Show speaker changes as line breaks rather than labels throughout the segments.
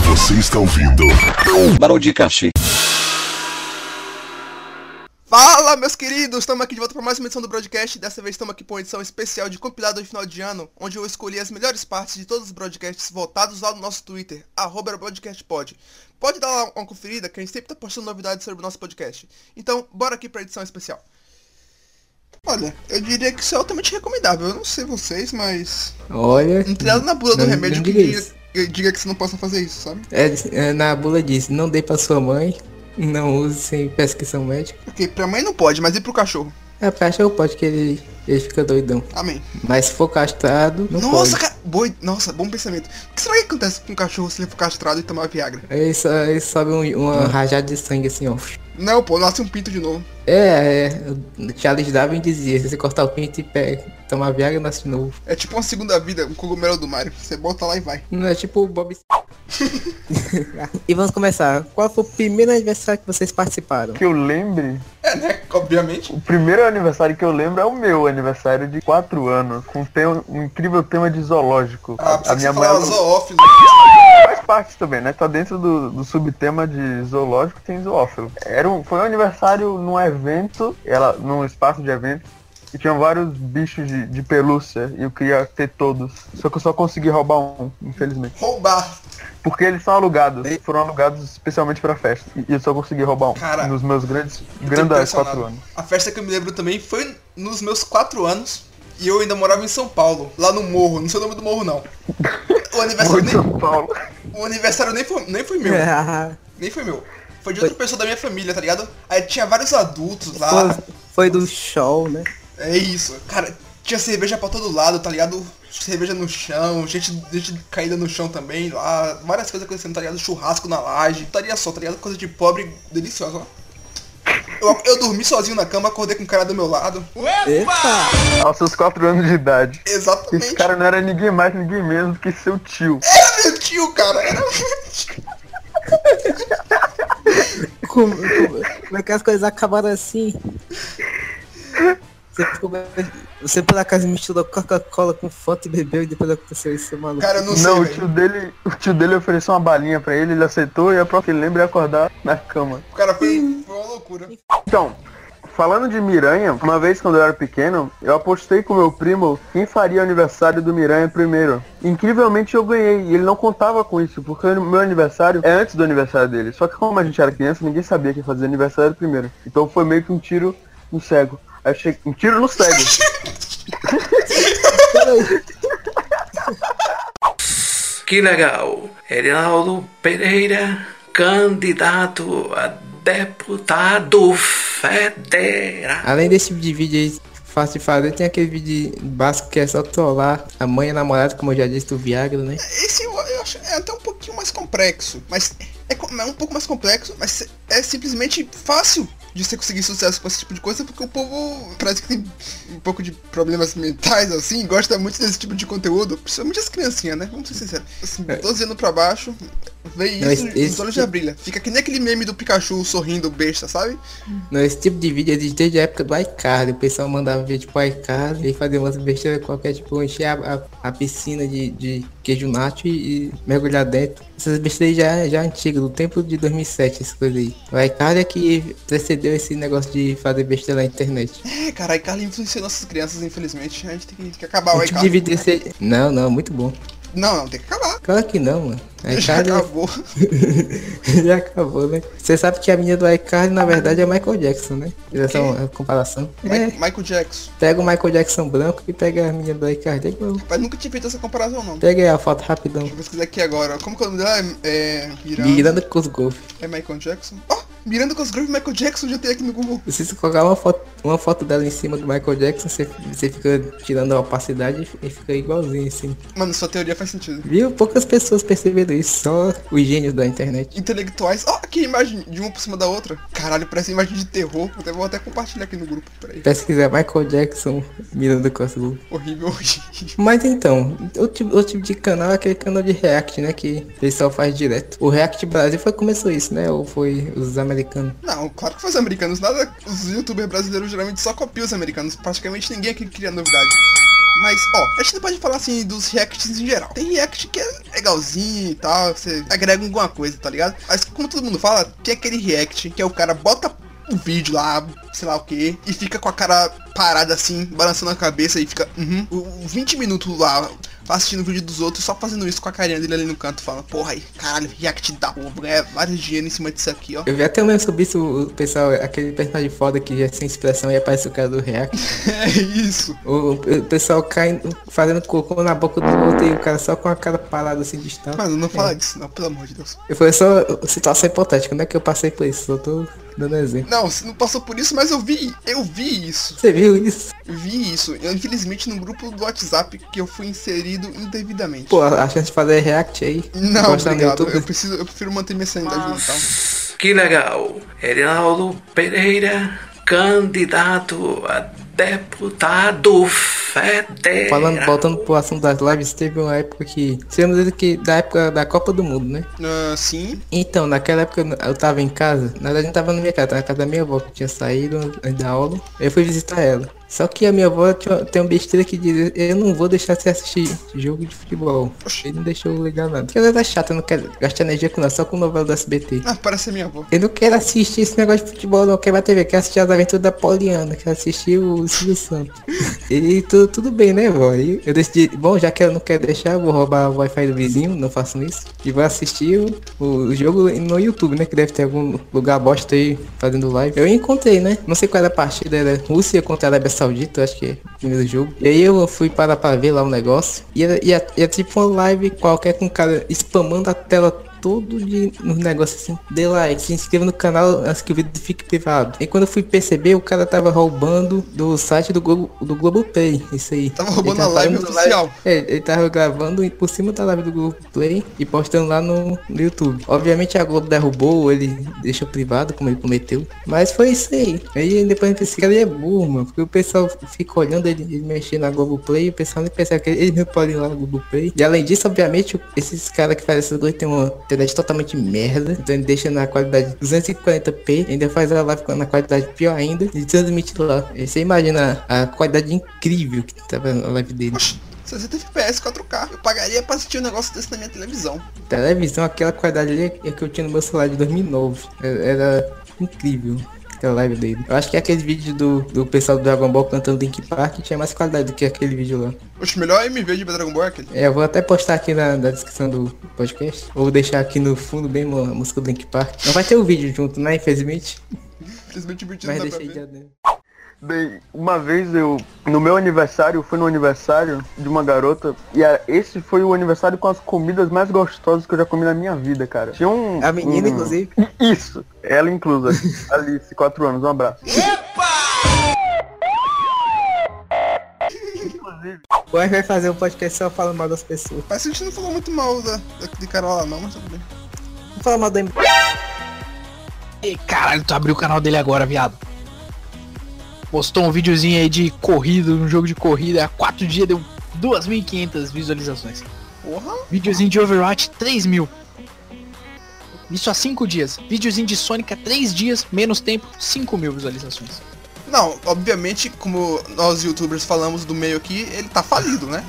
Você está ouvindo
Barão de cachê.
Fala, meus queridos! Estamos aqui de volta para mais uma edição do broadcast. Dessa vez estamos aqui para uma edição especial de compilado de final de ano, onde eu escolhi as melhores partes de todos os broadcasts votados lá no nosso Twitter, arroba broadcastpod. Pode dar lá uma conferida, que a gente sempre tá postando novidades sobre o nosso podcast. Então, bora aqui para a edição especial. Olha, eu diria que isso é altamente recomendável. Eu não sei vocês, mas...
Olha.
Não tem nada na bula do
Não,
remédio
não
que
diga
diga,
isso.
que diga que você não possa fazer isso, sabe?
É, é, na bula diz, não dê pra sua mãe, não use sem prescrição médica.
Porque pra mãe não pode, mas e pro cachorro?
É, pra cachorro pode que ele, ele fica doidão.
Amém.
Mas se for castrado, não
Nossa,
pode.
cara. Boi... Nossa, bom pensamento. O que será que acontece com um cachorro se ele for castrado e tomar Viagra?
Ele, só, ele sobe um- uma rajada de sangue assim, ó.
Não, pô, nasce um pinto de novo.
É, é, o Charles Darwin dizia, se você cortar o pinto e pe- tomar Viagra, nasce de novo.
É tipo uma segunda vida, um cogumelo do Mario. Você bota lá e vai.
Não é tipo o Bob... e vamos começar. Qual foi o primeiro aniversário que vocês participaram?
que eu lembre,
É, né? Obviamente.
o primeiro aniversário que eu lembro é o meu aniversário de 4 anos, com um tema- um incrível tema de zoológico.
Ah,
a
precisa minha
minha mãe
falar
ela
zoófilo.
faz parte também, né? Tá dentro do, do subtema de zoológico tem zoófilo. Era um, foi um aniversário num evento, ela num espaço de evento, e tinham vários bichos de, de pelúcia e eu queria ter todos. Só que eu só consegui roubar um, infelizmente.
Roubar.
Porque eles são alugados, foram alugados especialmente pra festa. E eu só consegui roubar um
Cara,
nos meus grandes
tô
grandes
impressionado.
4 é anos.
A festa que eu me lembro também foi nos meus 4 anos. E eu ainda morava em São Paulo, lá no morro. Não sei o nome do morro, não. O
Foi
aniversário,
em
nem,
São É. Paulo.
o aniversário nem, foi, nem foi meu. Nem foi meu. Foi de outra pessoa da minha família, tá ligado? Aí tinha vários adultos lá.
Foi, foi do show, né?
É isso, cara. Tinha cerveja pra todo lado, tá ligado? Cerveja no chão, gente, gente caída no chão também, lá, várias coisas acontecendo, tá ligado? Churrasco na laje, estaria só, tá ligado? Coisa de pobre deliciosa, ó. Eu, eu dormi sozinho na cama, acordei com o cara do meu lado.
Epa!
Aos seus 4 anos de idade.
Exatamente.
Esse cara não era ninguém mais, ninguém menos que seu tio.
Era meu tio, cara. Era meu tio.
Como, como, como é que as coisas acabaram assim? Você, ficou- você por acaso misturou Coca-Cola com Fanta e bebeu e depois aconteceu isso, maluco.
Cara, eu não,
Não, o
sei,
tio
velho.
dele, o tio dele ofereceu uma balinha pra ele, ele aceitou e a própria ele lembra de acordar na cama.
O cara foi, foi uma loucura.
Então, falando de Miranha, uma vez quando eu era pequeno, eu apostei com meu primo quem faria o aniversário do Miranha primeiro. Incrivelmente eu ganhei, e ele não contava com isso, porque o meu aniversário é antes do aniversário dele. Só que como a gente era criança, ninguém sabia quem fazia aniversário primeiro. Então foi meio que um tiro no cego. Aí eu cheguei, um tiro no cego.
Que legal! Edinaldo Pereira, candidato a deputado federal.
Além desse tipo de vídeo aí fácil de fazer, tem aquele vídeo básico que é só trollar a mãe e a namorada, como eu já disse, do Viagra, né?
Esse eu, eu acho é até um pouquinho mais complexo, mas é, co- é um pouco mais complexo, mas é simplesmente fácil de você conseguir sucesso com esse tipo de coisa, porque o povo parece que tem um pouco de problemas mentais, assim, gosta muito desse tipo de conteúdo, principalmente as criancinhas, né? Vamos ser sinceros. Assim, 12 anos pra baixo, vê
É. Não,
isso,
esse-
os olhos já brilham. Fica que nem aquele meme do Pikachu sorrindo besta, sabe?
Não, Esse tipo de vídeo existe desde a época do iCarly. O pessoal mandava vídeo pro iCarly e fazia umas besteiras qualquer, tipo, encher a, a- a piscina de, de queijo nacho e, e mergulhar dentro. Essas besteiras já, já antigas, do tempo de 2007, essas coisas aí. O iCarly é que precedeu esse negócio de fazer besteira na internet.
É, cara, Carla influenciou nossas crianças, infelizmente. A gente tem que, tem que acabar Ah, o
O tipo de
iCarly.
vídeo desse... Não, não, muito bom.
Não, não, tem que acabar.
Claro que não, mano.
Já
iCarly
acabou.
já acabou, né? Você sabe que a menina do iCarly, na verdade, é Michael Jackson, né? Essa é uma comparação. É,
Mi- Michael Jackson.
pega o Michael Jackson branco e pega a menina do iCarly igual.
Mas nunca tinha feito essa comparação, não.
Pega aí a foto rapidão.
Vou pesquisar aqui agora. Como que é o nome dela? É. é Miranda.
Miranda Cosgrove.
É Michael Jackson? Oh! Miranda Cosgrove e Michael Jackson já tem aqui no Google.
Se você colocar uma foto, uma foto dela em cima do Michael Jackson, você, você fica tirando a opacidade e fi- e fica igualzinho assim.
Mano, sua teoria faz sentido.
Viu? Poucas pessoas perceberam isso, só os gênios da internet.
Intelectuais. Ó, aqui a imagem de uma por cima da outra. Caralho, parece imagem de terror. Até vou até compartilhar aqui no grupo. Peraí.
Pesquisar Michael Jackson, Miranda Cosgrove.
Horrível, horrível.
Mas então, o tipo, o tipo de canal é aquele canal de React, né? Que o pessoal faz direto. O React Brasil foi que começou isso, né? Ou foi os americanos?
Não, claro que foi os americanos. Nada. Os youtubers brasileiros geralmente só copiam os americanos. Praticamente ninguém aqui cria novidade. Mas, ó, a gente não pode falar assim dos reacts em geral. Tem react que é legalzinho e tal, você agrega alguma coisa, tá ligado? Mas como todo mundo fala, tem aquele react que é o cara bota um vídeo lá, sei lá o que, e fica com a cara parada assim, balançando a cabeça e fica, uhum, o- o 20 minutos lá, assistindo o vídeo dos outros, só fazendo isso com a carinha dele ali no canto, fala, porra aí, caralho, react da porra, vou ganhar vários dinheiro em cima disso aqui, ó.
Eu vi até um meme sobre isso, o pessoal, aquele personagem foda que é sem expressão e aparece o cara do React.
É isso.
O, o pessoal cai fazendo cocô na boca do outro e o cara só com a cara parada assim de estampa.
Mano, não fala disso não, pelo amor de Deus.
Eu falei só situação hipotética, não é que eu passei por isso, só tô dando exemplo.
Não, você não passou por isso, mas eu vi, eu vi isso.
Você viu isso?
Eu vi isso, eu, infelizmente, no grupo do WhatsApp que eu fui inserido indevidamente.
Pô, a chance de fazer react aí.
não,
postar no
obrigado.
YouTube.
Eu preciso, eu prefiro manter minha sanidade mental.
Que legal! Edinaldo Pereira, candidato a deputado federal.
Falando, voltando pro assunto das lives, teve uma época que. Tivemos ele que da época da Copa do Mundo, né?
Ah, sim.
Então, naquela época eu eu tava em casa, na verdade eu não tava na minha casa, tava na casa da minha avó que tinha saído antes da aula. Eu fui visitar ela. Só que a minha avó tinha- tem uma besteira que diz, eu não vou deixar você assistir jogo de futebol. Ele não deixou eu ligar nada. Porque ela tá chata, eu não quero gastar energia com nada, só com novela do SBT.
Ah, parece a minha avó.
Eu não quero assistir esse negócio de futebol, não. Quero ver a TV, quero assistir as aventuras da Poliana, quero assistir o Silvio Santos. E tudo, tudo bem, né, vó? E eu decidi, bom, já que eu não quero deixar, eu vou roubar o Wi-Fi do vizinho, não faço isso. E vou assistir o, o jogo no YouTube, né? Que deve ter algum lugar bosta aí fazendo live. Eu encontrei, né? Não sei qual era a partida, era Rússia contra a Arábia Saudita, acho que é o primeiro jogo. E aí eu fui parar pra ver lá um negócio. E era, e era- e era tipo uma live qualquer com o cara spamando a tela todo de um negócio assim, dê like, se inscreva no canal antes que o vídeo fique privado. E quando eu fui perceber, o cara tava roubando do site do Globo do Globoplay, isso aí.
Tava roubando a
tava
live
fazendo
oficial.
é, ele tava gravando por cima da live do Globoplay e postando lá no, no YouTube. Obviamente a Globo derrubou, ele deixou privado, como ele cometeu. Mas foi isso aí. Aí depois eu pensei que ele é burro, mano. Porque o pessoal fica olhando ele, ele mexer na Globoplay e o pessoal nem percebe que ele não pode ir lá no Globoplay. E além disso, obviamente, esses caras que fazem essas coisas têm uma internet totalmente merda. Então ele deixa na qualidade 240p, ainda faz a live na qualidade pior ainda e transmite lá. E você imagina a qualidade incrível que tava na live dele.
Oxi, 60 FPS 4K. Eu pagaria pra assistir um negócio desse na minha televisão.
Televisão, aquela qualidade ali é que eu tinha no meu celular de 2009. É- Era incrível aquela live dele. Eu acho que é aquele vídeo do, do pessoal do Dragon Ball cantando Link Park tinha mais qualidade do que aquele vídeo lá.
Oxe, melhor MV de Dragon Ball é aquele.
É, eu vou até postar aqui na, na descrição do podcast. Ou deixar aqui no fundo bem mo- a música do Link Park. Não vai ter o vídeo junto, né? Infelizmente.
Infelizmente o vídeo
Mas
não dá pra
deixei de
ver.
adendo.
Bem, uma vez eu, no meu aniversário, eu fui no aniversário de uma garota e a- esse foi o aniversário com as comidas mais gostosas que eu já comi na minha vida, cara. Tinha um.
A menina,
um-
inclusive.
Isso, ela inclusa. Alice, 4 anos, um abraço.
O Ash vai fazer um podcast só falando mal das pessoas.
Parece que a gente não falou muito mal da, daquele cara lá não, mas tudo bem.
Não fala mal da M-
Ei, caralho, tu abriu o canal dele agora, viado. Postou um videozinho aí de corrida, um jogo de corrida, há 4 dias deu 2.500 visualizações.
Porra,
Videozinho de Overwatch, 3 mil. Isso há 5 dias. Videozinho de Sonic, há 3 dias, menos tempo, 5 mil visualizações.
não, obviamente, como nós youtubers falamos do meio aqui, ele tá falido, né?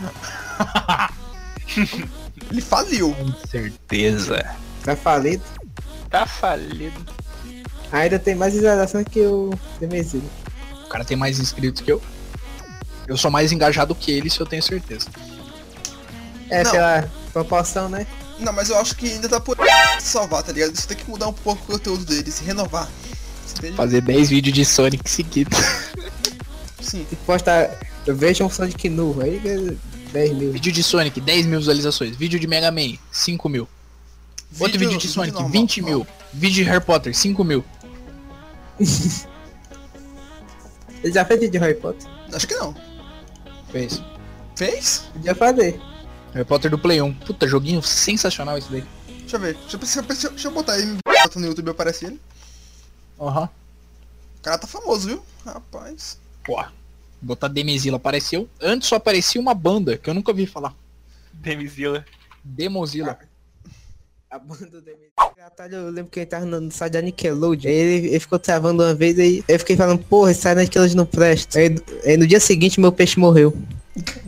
ele faliu.
Com certeza.
Tá falido.
Tá falido.
Ainda tem mais visualização que o DMZ.
O cara tem mais inscritos que eu. Eu sou mais engajado que ele, isso eu tenho certeza.
É,
Não.
sei lá, proporção, né?
Não, mas eu acho que ainda tá por salvar, tá ligado? Isso tem que mudar um pouco o conteúdo deles, renovar. Você entende?
Fazer 10 vídeos de Sonic seguidos.
Sim.
Se postar, eu vejo um Sonic nu, aí é 10 mil.
Vídeo de Sonic, 10 mil visualizações. Vídeo de Mega Man, 5 mil. Outro vídeo de Sonic,
normal,
20
normal.
mil. Vídeo de Harry Potter, 5 mil.
Ele já fez de Harry Potter?
Acho que não.
Fez.
Fez?
Podia fazer.
Harry Potter do Play 1. Puta, joguinho sensacional esse daí.
Deixa eu ver. Deixa eu, deixa eu- deixa eu- deixa eu botar ele bota no YouTube aparece ele.
Aham.
O cara tá famoso, viu? Rapaz.
Pô, botar Demezila apareceu. Antes só aparecia uma banda que eu nunca ouvi falar.
Demizila.
Demozilla.
a banda do MTV. Eu lembro que ele tava no no site da Nickelodeon. Aí ele, ele ficou travando uma vez aí. Eu fiquei falando, porra, esse site da Nickelodeon não presta. Aí, aí no dia seguinte meu peixe morreu.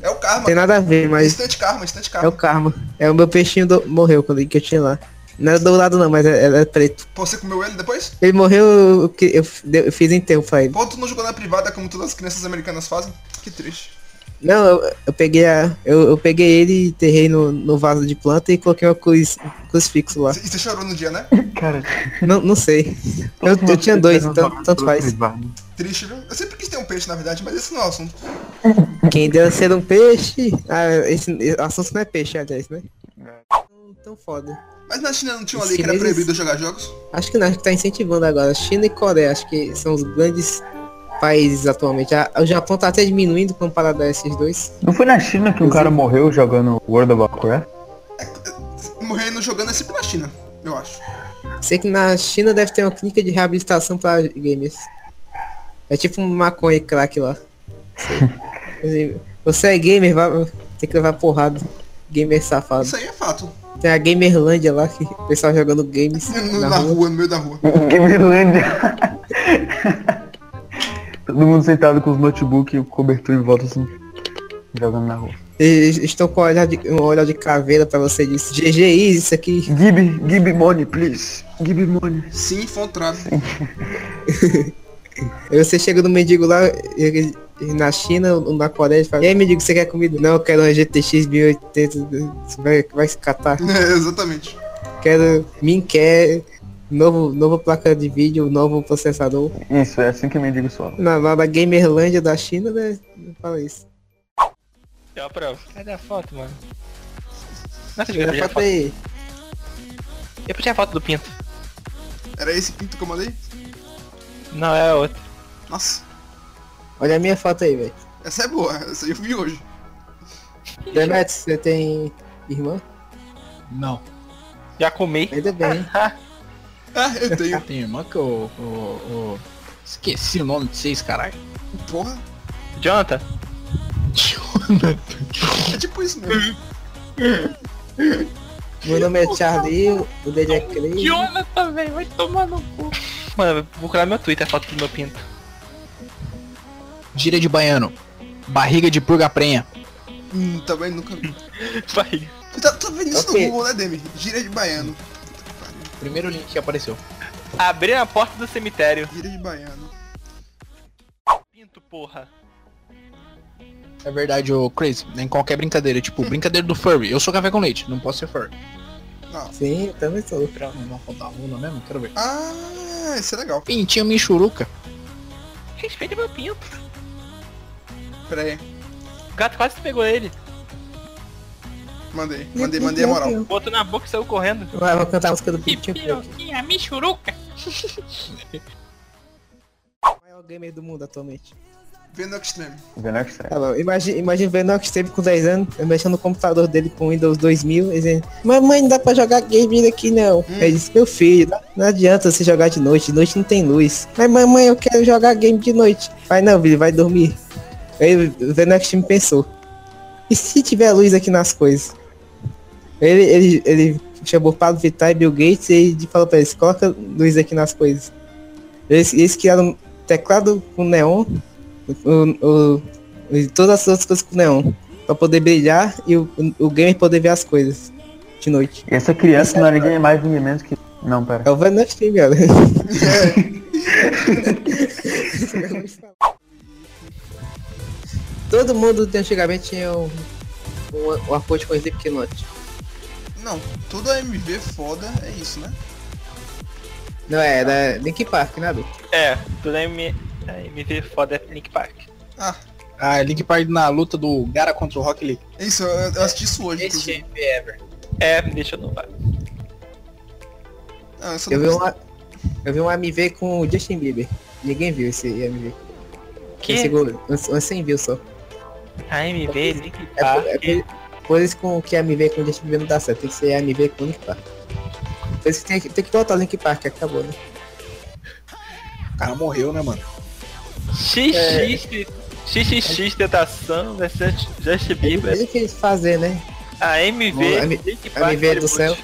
É o karma.
Tem nada a ver, mas
Instante karma, instante
É
karma.
o karma. É o meu peixinho do... morreu quando que eu tinha lá. Não era dourado não, mas era, era preto.
Pô, você comeu ele depois?
Ele morreu, eu, que- eu, eu, fiz enterro pra ele.
Pô, tu não jogou na privada como todas as crianças americanas fazem? Que triste.
Não, eu, eu peguei a. Eu, eu peguei ele e enterrei no, no vaso de planta e coloquei uma cruz, crucifixo lá.
E você chorou no dia, né?
Cara,
não, não sei. Eu, eu tinha dois, então tanto faz.
Triste, viu? Eu sempre quis ter um peixe, na verdade, mas esse não é o assunto.
Quem deu a ser um peixe. Ah, esse esse assunto não é peixe, aliás, né? Não Tão foda.
Mas na China não tinha uma
Os
lei que era
chineses-
proibido jogar jogos?
Acho que não, acho que tá incentivando agora. China e Coreia, acho que são os grandes países atualmente. A- O Japão tá até diminuindo comparado a esses dois.
Não foi na China que um cara morreu jogando World of Warcraft?
Morrendo jogando é sempre na China, eu acho.
Sei que na China deve ter uma clínica de reabilitação pra gamers. É tipo um maconha e crack lá. Sei. Você é gamer, vai, tem que levar porrada. Gamer safado.
Isso aí é fato.
Tem a Gamerlândia lá, que o pessoal jogando games
No-
na
na
rua.
rua, no meio da rua.
Gamerlândia. Todo mundo sentado com os notebook e o cobertor em volta assim. Jogando na rua.
Eles estão com um olhar de, um olhar de caveira pra você disso. GG isso aqui.
Give, give money, please. Give money.
Sim, Fontrado.
Aí você chega no mendigo lá, ele- na China ou na Coreia, e fala, e aí mendigo, você quer comida? Não, eu quero uma GTX 1080, você vai, vai se catar.
É, exatamente.
Quero, mim quer, novo, nova placa de vídeo, novo processador.
Isso, é assim que me digo só.
Na, lá na Gamerlândia da China, né? Não fala isso.
Eu aprovo.
Cadê a foto, mano? Nossa,
Era
eu já
pra ter-
Eu puxei a foto do Pinto.
Era esse pinto que eu mandei?
Não, é outro.
Nossa,
Olha a minha foto aí, velho.
essa é boa. Essa aí eu vi hoje.
Demetrius, você tem irmã?
Não.
Já comi.
Ainda bem.
Ah, eu tenho.
Tem irmã que eu, eu- eu- Esqueci o nome de vocês, caralho.
Porra.
Jonathan,
É tipo isso mesmo.
Meu nome é Charlie, o dele é Craig.
Jonathan, velho, vai tomar no cu. Mano, eu vou procurar meu Twitter a foto do meu pinto.
Gíria de baiano. Barriga de purga prenha.
Hum, também nunca vi.
Vai.
Tu tá, tá vendo isso
Ok.
no Google, né, Demi? Gíria de baiano.
Primeiro link que apareceu.
Abrir a porta do cemitério.
Gíria de baiano.
Pinto, porra.
É verdade, ô Crazy. Em qualquer brincadeira. Tipo, brincadeira do furry. Eu sou café com leite. Não posso ser furry.
Sim, eu também sou.
Não, não falta runa mesmo? Quero ver.
Ah, isso é legal.
Pintinho Michuruca.
Respeita meu pinto.
Pera aí.
O gato quase pegou ele.
Mandei. Mandei, mandei a moral.
Botou na boca e saiu correndo.
Vai, vou cantar a música do
Que
Pintinho Preto.
piroquinha, michuruca.
O maior gamer do mundo atualmente.
Vendo ao extremo.
Venex é.
Tá bom, imagina, imagina o Venox teve com 10 anos, eu mexendo no computador dele com Windows 2000, e dizendo, mamãe, não dá pra jogar game aqui não. Aí ele disse, meu filho, não adianta você jogar de noite, de noite não tem luz. Mas mamãe, eu quero jogar game de noite. Vai não, filho, vai dormir. Aí o Venox me pensou, e se tiver luz aqui nas coisas? Ele, ele, ele chamou Pablo Vittar e Bill Gates e ele falou pra eles, coloca luz aqui nas coisas. Eles, eles criaram um teclado com neon, o- o, e todas as outras coisas com neon. Pra poder brilhar e o, o gamer poder ver as coisas de noite.
E essa criança não era ninguém mais, ninguém menos que. Não, pera.
É o Vanilla Stream, cara. Todo mundo de antigamente tinha um, um, um acordo com o Slipknot.
Não, toda MV foda é isso, né?
Não, era Link Park, né, nada.
É, toda M- a MV foda é Nick Park.
Ah, Link Park na luta do Gara contra o Rock Lee.
É isso, eu, eu assisti isso hoje, inclusive.
É, deixa eu novar.
Ah, essa
Eu vi,
não-
uma, eu vi um AMV com o Justin Bieber. Ninguém viu esse AMV. Esse
Que?
gol- uns- uns 100 views só.
A MV, Nick
É,
Park.
por- é por- por isso com que AMV com Justin Bieber não dá certo, tem que ser AMV com Link Park. Por isso que tem, que- tem que botar Link Park, acabou, né?
O cara morreu, né, mano?
É.
XX. XXX Tentação versus Just Bieber.
Ele que eles fazer, né?
A MV.
Bom, a M-
Nick
a MV do
Reboot.
céu.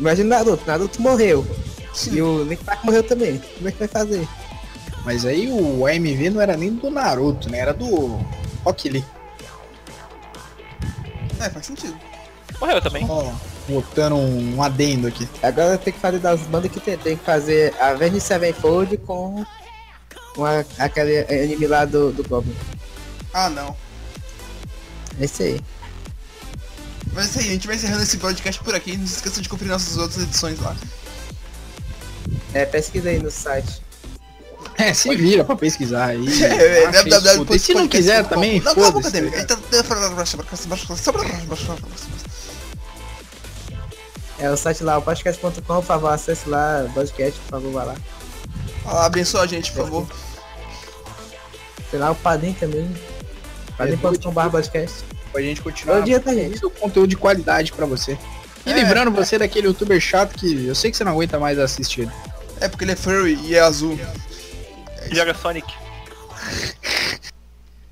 Imagina o Naruto. Naruto morreu. E o Nick Park morreu também. Como é que vai fazer?
Mas aí o AMV não era nem do Naruto, né? Era do Rock Lee.
É, faz sentido.
Morreu também.
Ó, botando um, um adendo aqui.
Agora tem que fazer das bandas que tem. Tem que fazer a Avenged Sevenfold com, com a- aquele anime lá do, do Goblin.
Ah, não.
É isso aí.
Mas é isso aí, a gente vai encerrando esse podcast por aqui. Não se esqueçam de conferir nossas outras edições lá.
É, pesquisa aí no site.
É, se vira pra pesquisar aí.
É,
acha e escuta. E se não quiser também,
Não, calma,
foda-se.
acadêmico.
É o site lá, o podcast.com, por favor, acesse lá, podcast, por favor, vai lá.
Abençoa a gente, por favor.
Tem lá o Padrim também. Padrim.com.br podcast.
Pra gente continuar
Bom dia, tá, gente?
produzindo é um conteúdo de qualidade pra você. E
É.
livrando você daquele youtuber chato que eu sei que você não aguenta mais assistir.
É porque ele é furry e é azul.
É
Joga Sonic.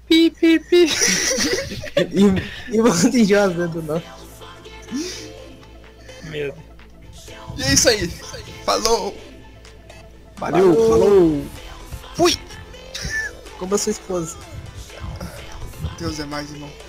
Pi, pi, pi.
E, e vamos de José né, do nosso.
Meu Deus.
E é isso aí. Falou.
Valeu, falou.
Como a sua esposa.
Deus é mais, irmão.